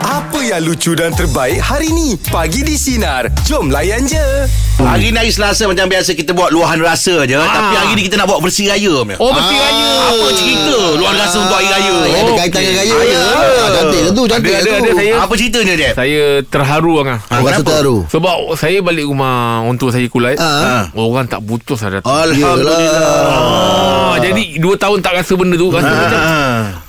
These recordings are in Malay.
Apa yang lucu dan terbaik hari ni? Pagi di Sinar. Jom layan je. Hari ni hari Selasa macam biasa kita buat luahan rasa je ah. tapi hari ni kita nak buat bersih raya. Oh bersih raya Ah. Apa cerita luahan rasa untuk hari raya? Ah, yang ada kaitan dengan raya. Raya. Ah, cantik lah tu, cantik ada, lah ada, tu. ada, saya. Apa ceritanya dia? Saya terharu Angah Orang rasa kenapa? terharu Sebab saya balik rumah Orang tua saya kulai Ah. Orang tak putus lah datang Alhamdulillah ah. Jadi 2 tahun tak rasa benda tu Ah. Rasa macam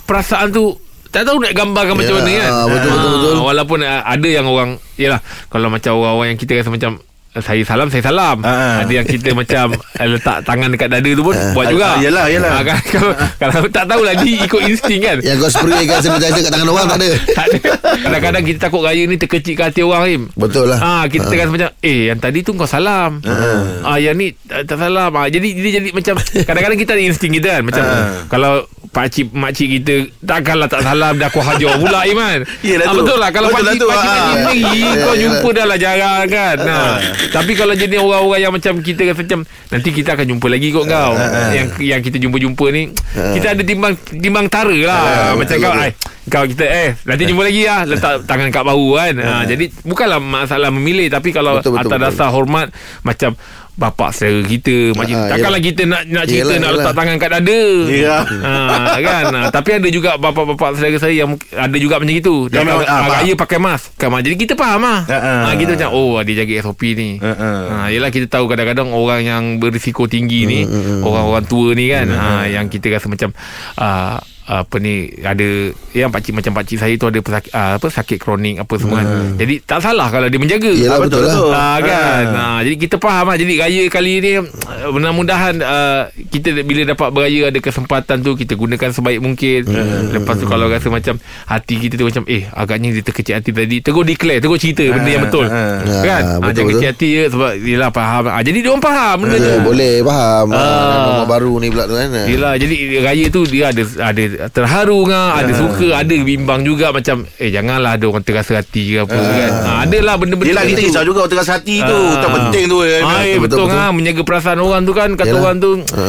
Perasaan tu tak tahu nak gambarkan yeah, macam Ya, mana kan betul, betul, Ah, betul. Walaupun ah, ada yang orang Yelah Kalau macam orang-orang yang kita rasa macam eh, saya salam Saya salam Ah. Ada yang kita macam eh, Letak tangan dekat dada tu pun Buat Ah, juga ah, yelah, yelah. Ah, kan, kalau, kalau tak tahulah Dia ikut insting kan Yang kau spray kan sanitizer kat tangan orang tak ada Tak ada Kadang-kadang kita takut raya ni Terkecil ke hati orang Im Betul lah Ah Ha. kita uh. rasa macam eh yang tadi tu kau salam. Uh. Ah yang ni tak, tak salam. Ah jadi dia jadi macam kadang-kadang kita ada insting kita kan macam Ha. uh. kalau pak cik mak cik kita takkanlah tak salam dah kau hajar pula Iman. Yelah ah, tu. betul lah kalau Betul pak lah cik tu. pak cik Ah. sendiri Ya, kau ya, jumpa dah lah jarang kan. Ah. Nah. Tapi kalau jadi orang-orang yang macam kita rasa macam nanti kita akan jumpa lagi Ah, kot kau. Yang yang kita jumpa-jumpa ni kita ada timbang timbang tara lah. macam Ah, betul, kau betul. ai kau kita eh nanti jumpa lagi lah letak tangan kat bahu kan ha, jadi bukanlah masalah memilih tapi kalau Ah. Betul, betul, betul, atas betul. dasar hormat macam bapak saudara kita macam Ah, ha, ah, takkanlah yelah. kita nak nak cerita Yelah, nak yelah. letak tangan kat dada Ya. ha, kan ha, tapi ada juga bapak-bapak saudara saya yang mungkin- ada juga macam itu Yang memang, ah, faham. raya pakai mask kan jadi kita faham ah Ah, ah. ha, kita macam oh dia jaga SOP ni Ah, ah. ha, yelah kita tahu kadang-kadang orang yang berisiko tinggi ni Hmm, orang-orang tua ni kan ha, yang kita rasa macam ah, apa ni ada yang pakcik macam pakcik saya tu ada pesakit, ah, apa sakit kronik apa semua kan. Jadi tak salah kalau dia menjaga. Hmm. Yelah, Ah, betul lah. Ah, kan. Ah, jadi kita faham lah. Jadi raya kali ni ah, mudah-mudahan ah, kita bila dapat beraya ada kesempatan tu kita gunakan sebaik mungkin. Hmm. Lepas tu kalau rasa macam hati kita tu macam eh agaknya dia terkecil hati tadi. Tegur declare, tegur cerita benda yang betul. ah. Kan? Ah, Ah, betul, jangan betul. kecil hati je sebab yelah faham. Ah, jadi dia orang faham benda tu. Ya, boleh faham Ah. ah. Rumah baru ni pula tu kan Yelah jadi raya tu dia ada ada terharu ngah, ada suka, ada bimbang juga macam eh janganlah ada orang terasa hati ke apa kan. Ha, adalah benda-benda Yelah kita tu. risau juga tengah hati tu. Ah. Tak penting tu. eh. Ah, eh, betul, betul, betul. kan menjaga perasaan orang tu kan kata Yelah. orang tu ah,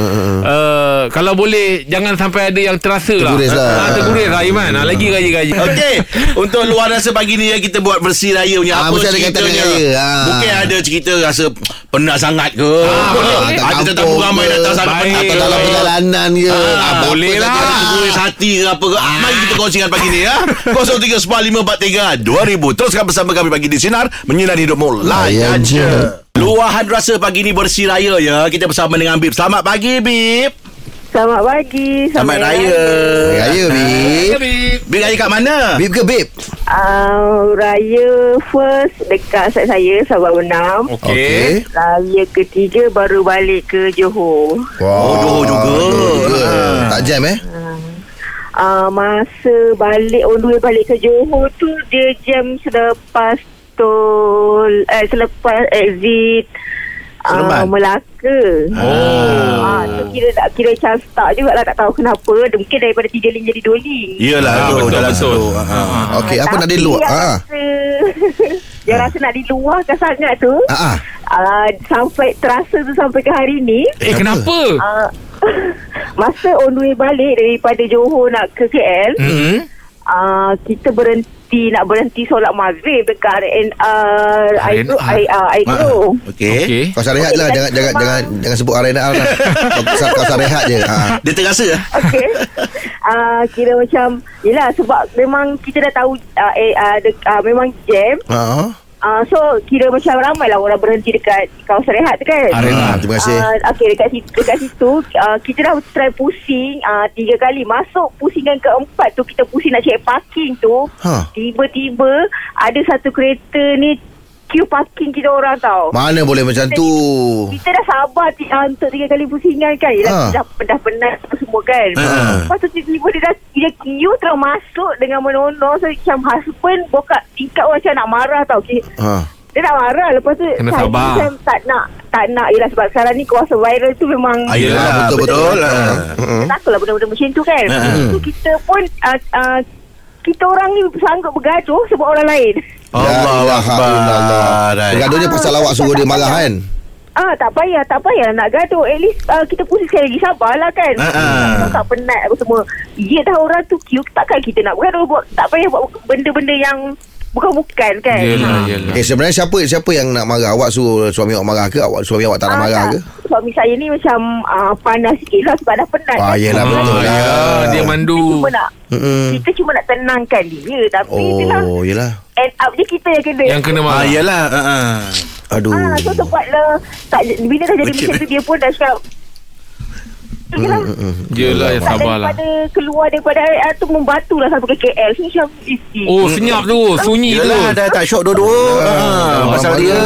uh, kalau boleh jangan sampai ada yang terasa lah. Terguris lah. Ah, terguris lah Iman. Ah, lagi raya-raya. Okey, untuk luar rasa pagi ni ya, kita buat bersih raya punya Ah, apa mesti ada kaitan ceritanya. dengan raya, ah. Mungkin ada cerita rasa penat sangat ke. Ah, boleh. ada Tak tetamu kampung ramai ke. datang sangat Baik. penat. Atau dalam perjalanan ke Ah, Apa-apa boleh saja lah. ada Ada tegur. teguris hati ke apa ke ah. Mari kita kongsikan pagi ni ya 0315432000 Teruskan bersama kami pagi di Sinar Menyinari hidupmu Layan Layan je je. Luahan rasa pagi ni bersih raya ya Kita bersama dengan Bib Selamat pagi Bib Selamat pagi. Selamat raya Raya Bib Bib raya kat mana? Bib ke Bib Uh, raya first dekat side saya Sabah Benam. Oh. Okey. Raya ketiga baru balik ke Johor. Wah, Oh, Johor juga. Johor juga. Ah. Tak jam eh Uh, masa balik on the way balik ke Johor tu dia jam selepas tol eh selepas exit Seremban? Uh, Melaka Oh. Ah, tu kira tak kira chance tak juga lah tak tahu kenapa mungkin daripada tiga link jadi dua link Yelah Ah, tu, betul, dalam betul. tu. Ah. Okey, apa nak Tapi diluar? yang Ha. rasa, Yang rasa nak diluarkan sangat tu Ha ah. uh, Sampai terasa tu sampai ke hari ni Eh kenapa? uh, Masa on the way balik daripada Johor nak ke KL Hmm. uh, Kita berhenti nak berhenti solat maghrib dekat ah, RNR Aigro RNR. Ah. Aigro Okey. Okey. Kau usah rehat je lah jangan jangan jangan jangan sebut arena al lah. Kau usah kau usah rehat je. Ha. Dia terasa eh? Okay uh, Kira macam Yelah sebab memang kita dah tahu uh, eh, uh, dek, uh, Memang jam Ha. Uh, so kira macam ramai lah orang berhenti dekat kawasan rehat tu kan Arena. Ha, terima kasih. Uh, okay dekat situ, dekat situ uh, kita dah try pusing uh, tiga kali masuk pusingan keempat tu kita pusing nak cek parking tu Ha. tiba-tiba ada satu kereta ni queue parking kita orang tau Mana boleh macam tu? kita dah sabar t- uh, untuk tiga kali pusingan kan Ha. Yelah, dah, dah penat apa semua kan Ha. Lepas tu tiba-tiba dia dah Dia queue terus masuk dengan menonor So macam husband Bokak tingkat orang macam nak marah tau okay. Ha. Dia nak marah Lepas tu Kena saya sabar. macam tak nak Tak nak Yelah sebab sekarang ni Kuasa viral tu memang Ah, yelah, Ah, betul, betul. betul. Ah. Mm-mm. Takutlah benda-benda macam tu kan Ha. So kita pun uh, uh, Kita orang ni Sanggup bergaduh Sebab orang lain Ya, La ilaha illallah. Allah Hmm. Bergaduhnya pasal awak suruh dia marah kan? Ah, tak payah, tak payah nak gaduh. At least uh, kita pusing sekali lagi. Sabarlah kan. Ah, ah. Kau tak penat apa semua. Ya dah orang tu cute. Takkan kita nak bergaduh. Buat, tak payah buat benda-benda yang bukan-bukan kan. Yelah, Ah. yelah. Eh sebenarnya siapa siapa yang nak marah? Awak suruh suami awak marah ke? Awak suami awak tak nak Ah, marah tak. ke? Suami saya ni macam uh, panas sikit lah sebab dah penat. Ah, kan. yelah, Ah, betul Ah, lah. ya, dia Kita mandu. cuma nak Mm-mm. kita cuma nak tenangkan dia tapi oh. itulah Oh, yelah. end up dia kita yang kena Yang kena Ah, marah. yelah. ah, ah. Aduh. ah, so tempatlah tak, bila dah jadi Okey. macam tu dia pun dah cakap Yelah, Eh, Yelah, ya, tak sabarlah. daripada keluar daripada area tu membatulah sampai ke KL. So, macam isi. Oh, senyap tu. Sunyi tu. Yelah Eh, dah tak syok dua-dua. Ah, pasal faham dia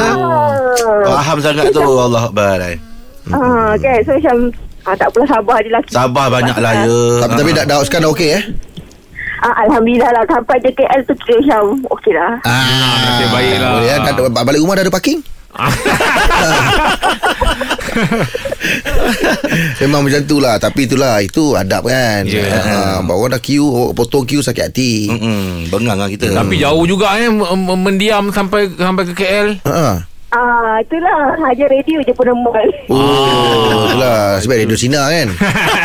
Ah, faham sangat tu Allah Akbar. ah, kan. So, macam ah, tak pula sabar je lah. Sabar banyaklah ya. Tapi tapi dah dah sekarang dah okey eh? Ah, Alhamdulillah lah. Sampai je KL tu kira macam okey lah. Ah, nasib baik lah. Boleh, eh? Dah- dah- balik rumah dah ada parking? Memang macam tu lah Tapi itulah Itu adab kan Yeah. yeah. ha, Orang dah queue Orang potong queue sakit hati Mm-mm, bengang lah kita. Tapi jauh juga eh m- m- mendiam sampai sampai ke KL. Ha. Ah, itulah. Hajar radio je pun normal. Oh, itulah Sebab radio Sina kan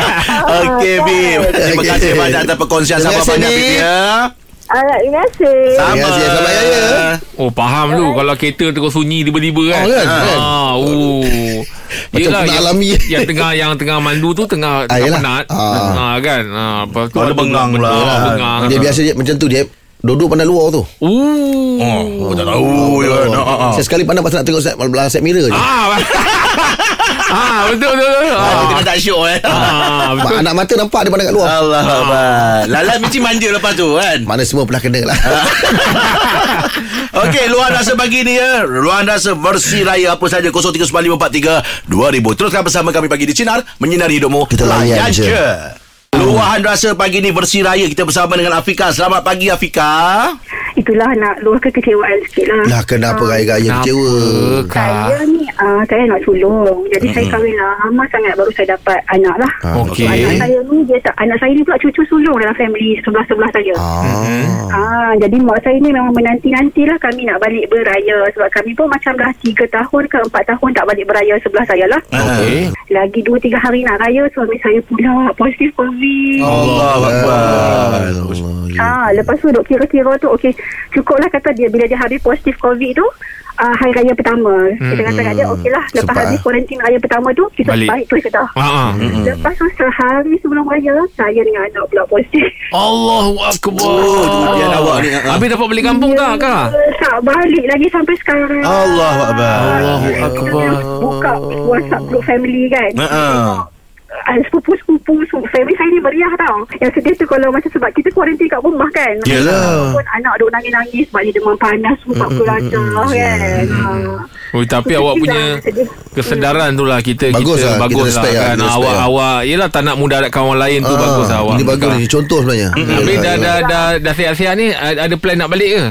Okey Bib kan? Terima Okey. kasih banyak Atas perkongsian Terima Sabar kasih, banyak Bib Bib. ya Ah, terima kasih. Terima kasih. Selamat raya. Oh faham eh. tu kalau kereta terus sunyi tiba-tiba kan. Oh, kan, kan. Ah, oh. Macam pernah yang, alami. yang tengah yang tengah mandu tu tengah Ah, tengah yelah. penat. Ah. Ah kan. Ah lepas tu Ada bengang lah. Ah, Bengang. Dia biasa je macam tu dia Duduk pandang luar tu Oh. Oh tak tahu ya. No, ah, ah. Saya sekali pandang pasal nak tengok set, belah set mirror je Ah. ah betul betul. betul. Ah, Ah. Kita tak syok eh Ah, Mak, betul. Anak mata nampak dia pandang kat luar Allah Akbar Lala mesti manja lepas tu kan Mana semua pernah kena lah Okey, luar rasa pagi ni ya. Luar rasa versi raya apa saja 0395432000. Teruskan bersama kami pagi di Sinar menyinari hidupmu. Kita layan je. Luahan rasa pagi ni versi raya kita bersama dengan Afika. Selamat pagi Afika. Itulah nak luahkan kecewaan sikit lah. Lah kenapa raya-raya kecewa Kenapa, Kak? Saya ni uh, saya nak sulung. Jadi saya kahwin lama sangat baru saya dapat anak lah. Ah, Okey. Anak saya ni dia tak anak saya ni pula cucu sulung dalam family sebelah-sebelah saya. Ah. Ah. Ah, jadi mak saya ni memang menanti-nantilah kami nak balik beraya sebab kami pun macam dah 3 tahun ke 4 tahun tak balik beraya sebelah saya lah. Okey. Lagi 2 3 hari nak raya suami saya pula positif COVID. Allah Ah, Akbar. Ah, lepas tu duk kira-kira tu okey cukuplah kata dia bila dia habis positif covid tu uh, hari raya pertama hmm. kita kata kat dia okeylah lepas Sempat, habis eh. kuarantin raya pertama tu kita Balik. balik, balik terus kita Ah, ah. lepas tu sehari sebelum raya saya dengan anak pula positif Allahu akbar. Oh, tu ujian awak ni, ah, ah. Habis dapat balik kampung tak, Kak? Ya, tak balik lagi sampai sekarang Ah, ya, Allah Akbar. Allahu akbar. buka whatsapp group family kan Ha ah. uh, sepupu-sepupu so, family saya ni meriah tau yang sedih tu kalau macam sebab kita kuarantin kat rumah kan Yelah. pun anak duk nangis-nangis sebab dia demam panas sebab mm, kelata kan Ah. Oh, tapi Sedih awak punya lah, sedih. kesedaran tu lah kita Bagus kita lah, kita bagus lah respect lah, kan kita respect awak lah. awak yelah tak nak mudaratkan orang lain tu bagus lah awak. Ah, Ini bagus ni Contoh sebenarnya Habis dah dah dah dah sihat-sihat ni a- ada plan nak balik ke?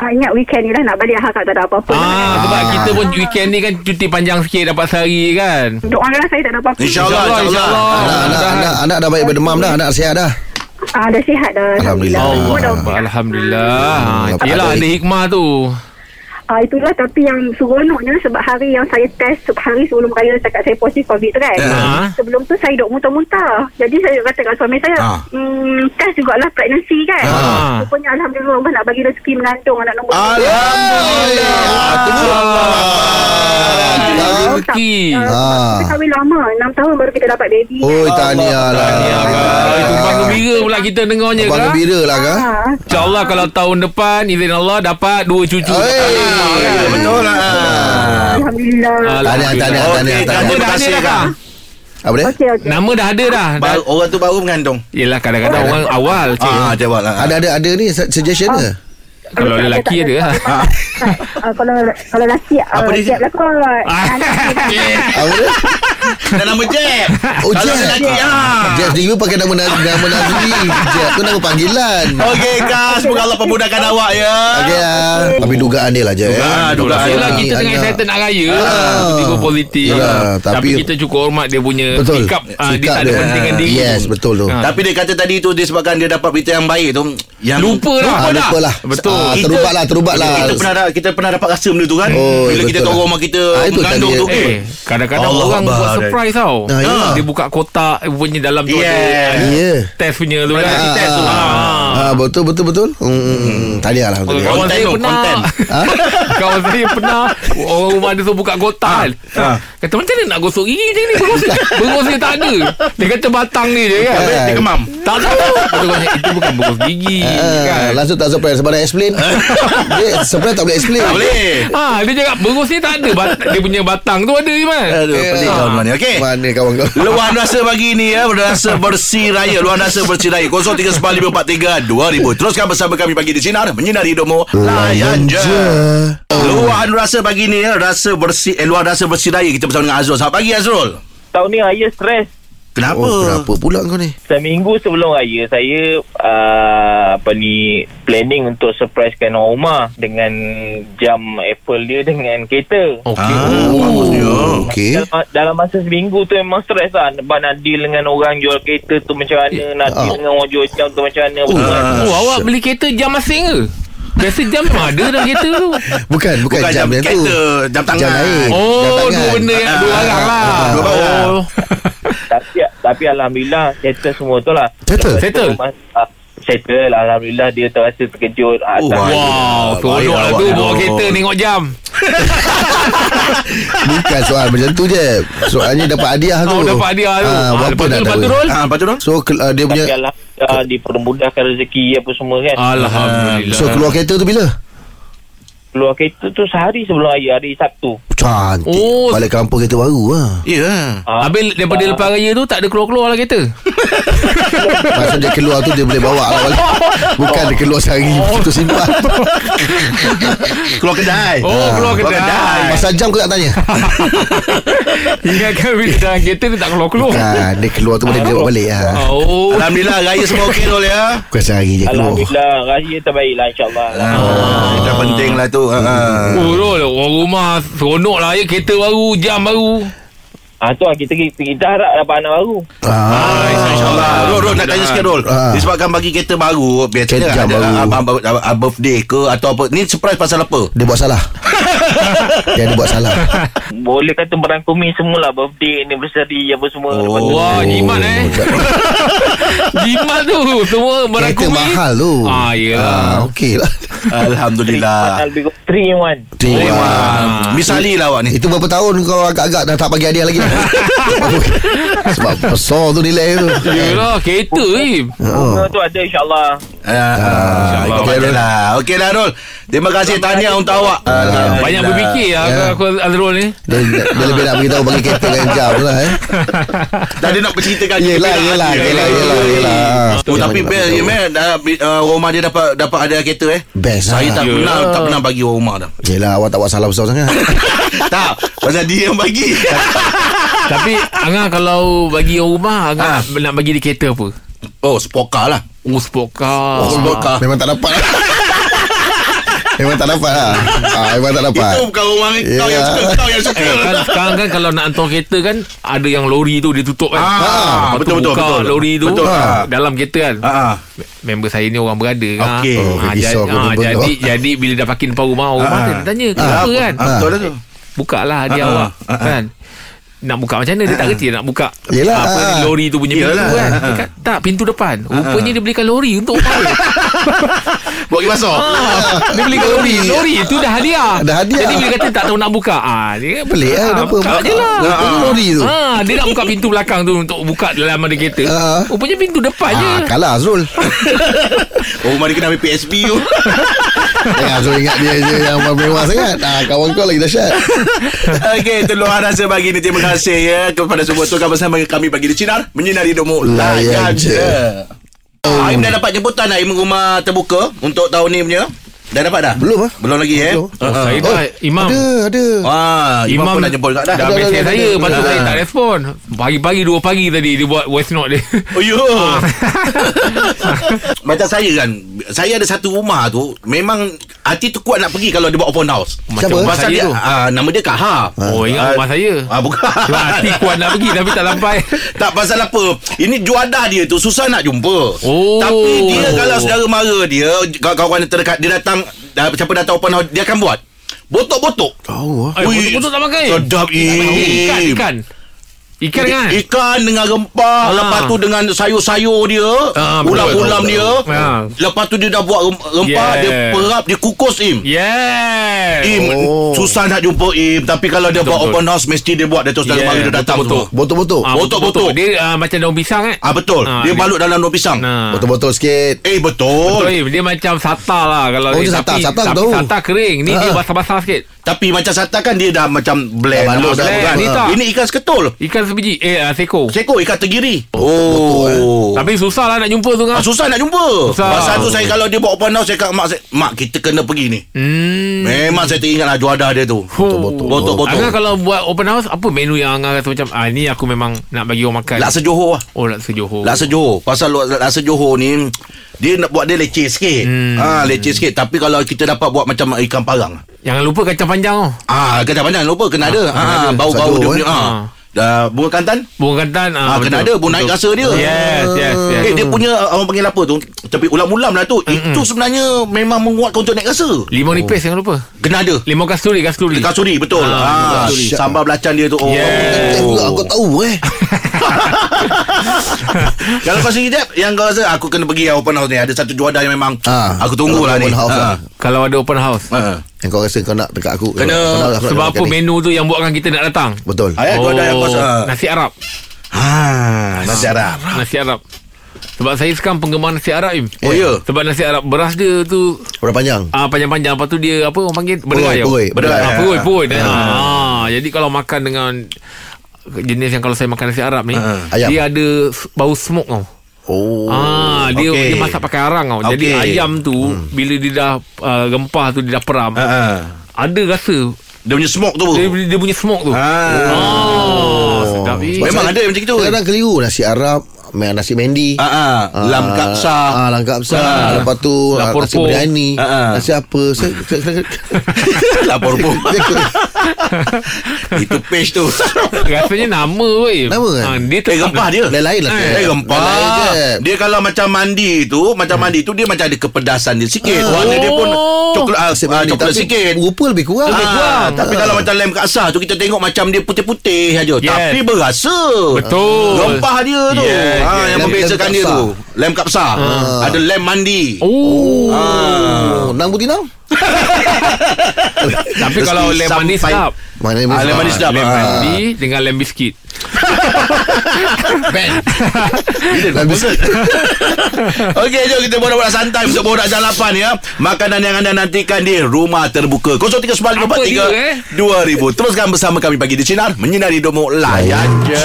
Ah, ingat weekend ni lah nak balik Ahad tak ada apa-apa. Ah sebab kita pun weekend ni kan cuti panjang sikit dapat sehari kan. Doakanlah lah, saya tak ada apa-apa. InsyaAllah, insyaAllah. Anak-anak anak, anak dah baik berdemam dah Anak sihat dah Ah, dah sihat dah. Alhamdulillah. Alhamdulillah. Semua dah Allah, okey. Alhamdulillah. Hmm, Ha, yelah apa ada baik. hikmah tu. Ah, itulah tapi yang seronoknya sebab hari yang saya test sebab hari sebelum raya cakap saya positif COVID tu kan. Ah. Sebelum tu saya duk muntah-muntah. Jadi saya kata kat suami saya, Ah. hmm, test jugalah pregnancy kan. Ah. Rupanya Alhamdulillah Allah nak bagi rezeki mengandung anak nombor dua. Alhamdulillah. Ah. Itulah Ah. sebab, Rezeki. ah, Ah. Kita kahwin lama 6 tahun baru kita dapat baby Oi tahniah lah Ya, Kak. Itu bang gembira pula kita dengarnya Abang Kak. gembira lah kah Ah. InsyaAllah kalau tahun depan izin Allah dapat dua cucu. Ya, Betul lah. Ah. Alhamdulillah Ah. Tahniah tahniah Okey, tahniah Kak. Nama tahniah dah Terima ada kasih, dah Kak. Kak. Apa dia Okey okey Nama dah ada dah. dah. Baru- Orang tu baru mengandung. Yelah kadang-kadang orang awal cik. Ah, jawab lah. Ada ada ada ni se- suggestion ke Kalau lelaki ada lah. Ah, Kalau kalau lelaki Apa Apa dia dia Siap lah kot Ah. Apa dia Dan nama Jeb. Oh Kalau Jeff lelaki, ah. Jeff sendiri pun pakai nama Naz- nama Nazri Jeff tu nama panggilan Okey Kak, semoga Allah pemudahkan awak ya. Okay lah Tapi dugaan dia lah Jeff Dugaan, eh. dugaan. Yelah Ni kita tengah anak. excited nak raya Ah. Tiba positif Yelah, tapi, tapi- kita cukup hormat dia punya Betul Sikap, ah, Dia Sikap tak ada pentingan diri Yes betul tu Ah. Tapi dia kata tadi tu disebabkan dia dapat berita yang baik tu. Yang- lupa lah. Lupa Lupa dah. dah. lupa lah Betul. ah, Kita- Terubat lah Terubat lah Kita pernah dah- kita pernah dapat rasa benda tu kan. Oh, Bila kita betul. kat rumah kita Ah, itu mengandung tadi. tu. Eh, kadang-kadang Allah orang Akbar, buat Dai. surprise tau. Ah, ya. Dia buka kotak punya dalam tu Yeah. ada Ya. eh, test punya tu kan. Ah, Test tu. Ah. Ah, betul betul betul. Hmm, tahniah lah untuk dia. Kawan Content saya tu, pernah content. Ha? Kawan saya pernah Orang rumah dia suruh buka kotak kan Ha. Kata macam mana nak gosok gigi macam ni Bergosok Bergosok tak ada Dia kata batang ni je kan Ha. Habis dia kemam. Tak tahu Kata orang, Itu bukan bergosok gigi Ah, kan langsung tak surprise Sebab nak explain Dia surprise tak boleh explain Tak Ah, boleh. Ha, dia cakap bergosok ni tak ada bat- Dia punya batang tu ada je man Aduh, pelik Ah. kawan mana. Okey. Mana kawan kau Luahan rasa pagi ni ya Berasa bersih raya Luahan rasa bersih raya 0345432000 Teruskan bersama kami pagi di Sinar Menyinari hidupmu Layan je Luahan rasa pagi ni ya Rasa bersih eh, Luahan rasa bersih raya Kita bersama dengan Azrul Selamat pagi Azrul Tahun ni raya stres Kenapa? Oh kenapa pula kau ni Seminggu sebelum raya Saya uh, Apa ni Planning untuk Surprisekan orang rumah Dengan Jam Apple dia Dengan kereta Okey Ah, Oh, ya. bagusnya. Oh, Okey dalam, dalam masa seminggu tu memang stres lah Sebab nak deal dengan orang jual kereta tu macam mana Nak deal Ah. dengan orang jual jam tu macam mana Bukan. Oh awak beli kereta jam masing ke? Biasa jam memang ada dalam kereta tu Bukan bukan Bukan jam jam yang tu kereta Jam tangan Jam lain Jam Oh tangan. Ha. dua benda yang Dua Ah, orang lah dua barang. Oh tapi, tapi Alhamdulillah Settle semua tu lah Settle? Settle? uh, Settle Alhamdulillah dia terasa terkejut Ah, Oh, tak- wah. Wow Seronok Baik lah tu awak. Bawa kereta tengok jam Bukan soal macam tu je Soalnya dapat hadiah tu Oh, dapat hadiah tu. Ah, Ah, Berapa lepas tu- nak lepas tu, tahu? Rol? Ah, Lepas tu dong So ke- ah, dia punya Tapi Alhamdulillah Dipermudahkan rezeki apa semua Ha. kan Alhamdulillah So keluar kereta tu bila Keluar kereta tu sehari sebelum hari Hari Sabtu Cantik Oh, Balik kampung kereta baru ha. Ya Ah, Habis daripada ah, lepas raya tu Tak ada keluar-keluar lah kereta Maksud dia keluar tu Dia boleh bawa lah balik. Bukan dia keluar sehari oh. Tu simpan Keluar kedai Oh keluar kedai. kedai Masa jam kau tak tanya Ingatkan bila dalam kereta Dia tak keluar-keluar ha, Dia keluar tu boleh dia bawa balik ha. Oh Alhamdulillah Raya semua okey Rol ya Bukan sehari je keluar Alhamdulillah Raya terbaik lah insyaAllah Ah, Itu yang penting lah tu Ah, ah. Oh Rol Orang rumah Seronok lah ya Kereta baru Jam baru ah, tu lah kita, kita, kita harap dapat anak baru ha. Ah, InsyaAllah Rol, Rol nak tanya sikit Rol Ah. Disebabkan bagi kereta baru Biasanya Kereta ada baru. baru. Abang, abang, abang, abang birthday ke Atau apa Ni surprise pasal apa? Dia buat salah Dia ada buat salah Boleh kata merangkumi semula Birthday, anniversary apa semua Lepas tu, Oh. Wah jimat eh Jimat tu Semua Kereta merangkumi mahal tu Ah Ah, yelah Okey lah three in one, Alhamdulillah I'll be go- Three in one Terima Ah, Misali lah awak ni lah. Itu berapa tahun kau agak-agak dah tak bagi hadiah lagi Sebab besar tu nilai tu Ha, Yelah kereta eh Oh. Bunga tu ada insyaAllah Ah, Ikut Okey, pandai lah Okey lah Rol Terima kasih Tahniah untuk awak Alhamdulillah. Banyak berfikir lah Ya. Aku aku Azrul ni Dia, dia, dia lebih nak beritahu bagi kereta dengan jam lah eh. Tadi nak berceritakan lah. Yelah, kebelaan yelah, dia. yelah, yelah, yelah. Oh, tapi best je man Dah, uh, Rumah dia dapat dapat ada kereta eh Best, Saya ah. Ya. tak pernah tak pernah bagi orang rumah dah Yelah, lah, awak tak buat salah besar sangat. Tak Pasal dia yang bagi Tapi Angah kalau bagi orang rumah Angah Ah. nak, nak bagi dia kereta apa? Oh spokar lah Oh sport car Oh sport car Memang tak dapat lah. Memang tak dapat lah. Ah, memang tak dapat. Itu Oh, bukan rumah ni Kau yang Yelah. suka Kau yang suka Eh, kan sekarang kan kalau nak hantar kereta kan ada yang lori tu dia tutup kan. Ah, Lepas tu betul, betul, buka betul. Lori tu Betul, ah. dalam kereta kan. Ah, ah. Member saya ni orang berada kan. Okey. Oh, Ah, risau jadi, aku ah, member tu. jadi jadi bila dah parking depan rumah orang rumah Ah. dia tanya kenapa kan? Ah, Betul lah tu Buka lah dia Ah, awak ah, ah. kan. Nak buka macam mana Dia tak kerti nak buka Yelah, Apa ah. lori tu punya Yelah, pintu kan ah, ah. Dia kata, Tak pintu depan Rupanya dia belikan lori Untuk orang lain. Buat pergi pasar Ah, Dia beli kat lori Lori tu dah hadiah Dah hadiah. Jadi bila kata tak tahu nak buka ah, dia Pelik lah, kenapa? Buka je lah Ah, ah. Lori tu. ah, Dia nak buka pintu belakang tu Untuk buka dalam ada kereta Ah. Rupanya pintu depan je Ah, kalah Azrul. Oh rumah dia kena ambil PSP tu Eh, Azrul ingat dia je yang mewah sangat. Ah, kawan kau lagi dahsyat. Okey, itu luar rasa pagi ni. Terima kasih ya kepada semua tukar bersama kami pagi di Cinar. Menyinari hidupmu. Layan je. Oh. Aim dah dapat jemputan Aim rumah terbuka untuk tahun ni punya. Dah dapat dah? Belum, ah. Belum lagi eh. Belum. oh, Saya Oh, dah Imam Ada, ada. Ah. Wah, Imam, Imam pun dah jemput kat dah. Dah Ada, mesej ada, saya ada, Ah. Lepas tu ada. saya tak respon Pagi-pagi 2 pagi tadi Dia buat voice note dia Oh, yo. Ah. Macam saya kan Saya ada satu rumah tu Memang hati tu kuat nak pergi kalau dia buat open house. Siapa? rumah Pasal saya dia tu. ah, nama dia Kak Ha. Oh, ingat rumah saya. Ah bukan. Sebab hati kuat nak pergi tapi tak sampai. Tak pasal apa Ini juadah dia tu Susah nak jumpa Oh. Tapi dia kalau saudara mara dia Kawan-kawan yang terdekat Dia datang dah- Siapa datang open house Dia akan buat Botok-botok Tahu lah Eh, Ui, betul-betul tak makan. Eh, Sedap Im. Ikan, ikan. Ikan kan? Ikan dengan rempah Ah. Lepas tu dengan sayur-sayur dia Ah, betul, Ulam-ulam betul, dia Ah. Lepas tu dia dah buat rem- rempah Yeah. Dia perap Dia kukus Im Yeah. Im Oh. Susah nak jumpa Im Tapi kalau dia buat betul. open house Mesti dia buat Dia terus Yeah, yeah, Dia datang betul-betul. betul Botol-botol Ah, Botok-botok. Dia ah, macam daun pisang kan? Ah betul Ah, Dia dia- balut dalam daun pisang Nah. Botol-botol sikit Eh Betul, betul Im. Dia macam sata lah kalau Oh, dia, dia sata. tapi- Sata aku tapi tahu. Sata kering. Ni dia Ah. basah-basah sikit. Tapi macam sata kan Dia dah macam blend Dah balut Ah, dah, blend. blend. Ni tak. Ini ikan seketul Ikan sebiji. Eh, ah, seko. Seko ikan tergiri Oh, Tapi susah lah nak jumpa tu kan? Ah, susah nak jumpa Susah. Pasal tu saya kalau dia buat open house Saya kat mak saya Mak kita kena pergi ni Hmm. Memang saya teringat lah juadah dia tu Betul-betul. Botol-botol Angah kalau buat open house Apa menu yang Angah rasa macam ah, Ni aku memang nak bagi orang makan Laksa Johor lah Oh laksa Johor Laksa Johor Pasal lo- laksa Johor ni Dia nak buat dia leceh sikit Hmm. ha, Leceh sikit Tapi kalau kita dapat buat macam ikan parang Jangan lupa kacang panjang oh. Ah, kena pandang lupa kena ada. Ha, bau-bau Satu, dia eh. punya. Ha. Ah. Dah bunga kantan? Bunga kantan Ah, kena ada pun naik rasa dia. Yes yes, yes. Eh, dia punya uh, orang panggil apa tu? Tapi ulam-ulam lah tu. Itu sebenarnya memang menguatkan untuk naik rasa. Oh. Limau nipis jangan lupa Kena ada. Limau kasturi kasturi Kasuri betul. Ah, Ah, kasuri. sambal belacan dia tu. Oh. Yes. Eh pula aku tahu eh Kalau kau sendiri Jeb Yang kau rasa "Ah, Aku kena pergi yang open house ni Ada satu juadah yang memang Ah, Aku tunggulah ni open house lah. Ah. Kalau ada open house Ah. Yang kau rasa kau nak dekat aku Kena- Kau nak- kau nak Sebab makan apa ni. menu tu yang buatkan kita nak datang Oh, Betul Ayat juadah yang kau rasa ah. Nasi Arab Ah, Nasi Arab Nasi Arab Sebab saya sekarang penggemar nasi Arab Im Oh ya Sebab nasi Arab beras dia tu Orang panjang Ah panjang-panjang lepas tu dia apa orang panggil berderai. perui, berderai. Ah perui perui. Ah. ah jadi kalau makan dengan jenis yang kalau saya makan nasi Arab ni Ah. Ayam. dia ada s- bau smoke tau. Oh ah dia okey. dia masak pakai arang tau. Jadi Okey. Hmm. ayam tu bila dia dah uh, rempah tu dia dah peram Ah, ah. ada rasa Dia punya smoke tu dia, dia punya smoke tu. Ah. Oh, sedap. Eh. Memang ada macam itu. Kadang keliru Nasi Arab ma- Nasi mendi Ah, ah. Lam kapsa. ah, Lam kapsa Ah. Lepas tu ah, Lapor Nasi pun. biryani Ah, ah. Nasi apa Saya, saya, saya, Lapor pun. Itu page tu. Rasanya nama weh. Nama Ah, kan? dia Eh rempah dia. Lain-lain lah Eh Lain-lain rempah. je. Dia kalau macam mandi tu, macam mandi tu dia macam ada kepedasan dia sikit. Oh. Warna dia pun coklat ah, Nasi ah, biryani. coklat Tapi sikit. Rupa lebih kurang Ah, Ah. tapi kalau macam lem kaksa tu kita tengok macam dia putih-putih aja Yes. tapi berasa. Betul. Rempah dia tu. Yes, ha yang yes. Lem- Ah. membezakan lem dia kapsa. tu. Lem kapsa. Ada lem mandi. Oh. Ah. Oh, Nang putih nang Tapi kalau lem mandi sedap. Mana yang Ah, lem mandi sedap. Lem Ah. mandi dengan lem biskit. Okey, jom kita borak-borak santai untuk borak jalapan ya. Makanan yang anda nantikan di Rumah Terbuka. Apa dia, eh? 0395432000. 2000. Teruskan bersama kami pagi di Sinar menyinari hidupmu layan je.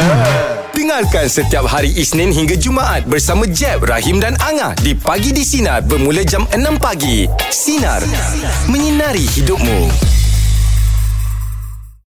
Dengarkan setiap hari Isnin hingga Jumaat bersama Jeb, Rahim dan Angah di Pagi di Sinar bermula jam 6 pagi. Sinar. Menyinari hidupmu.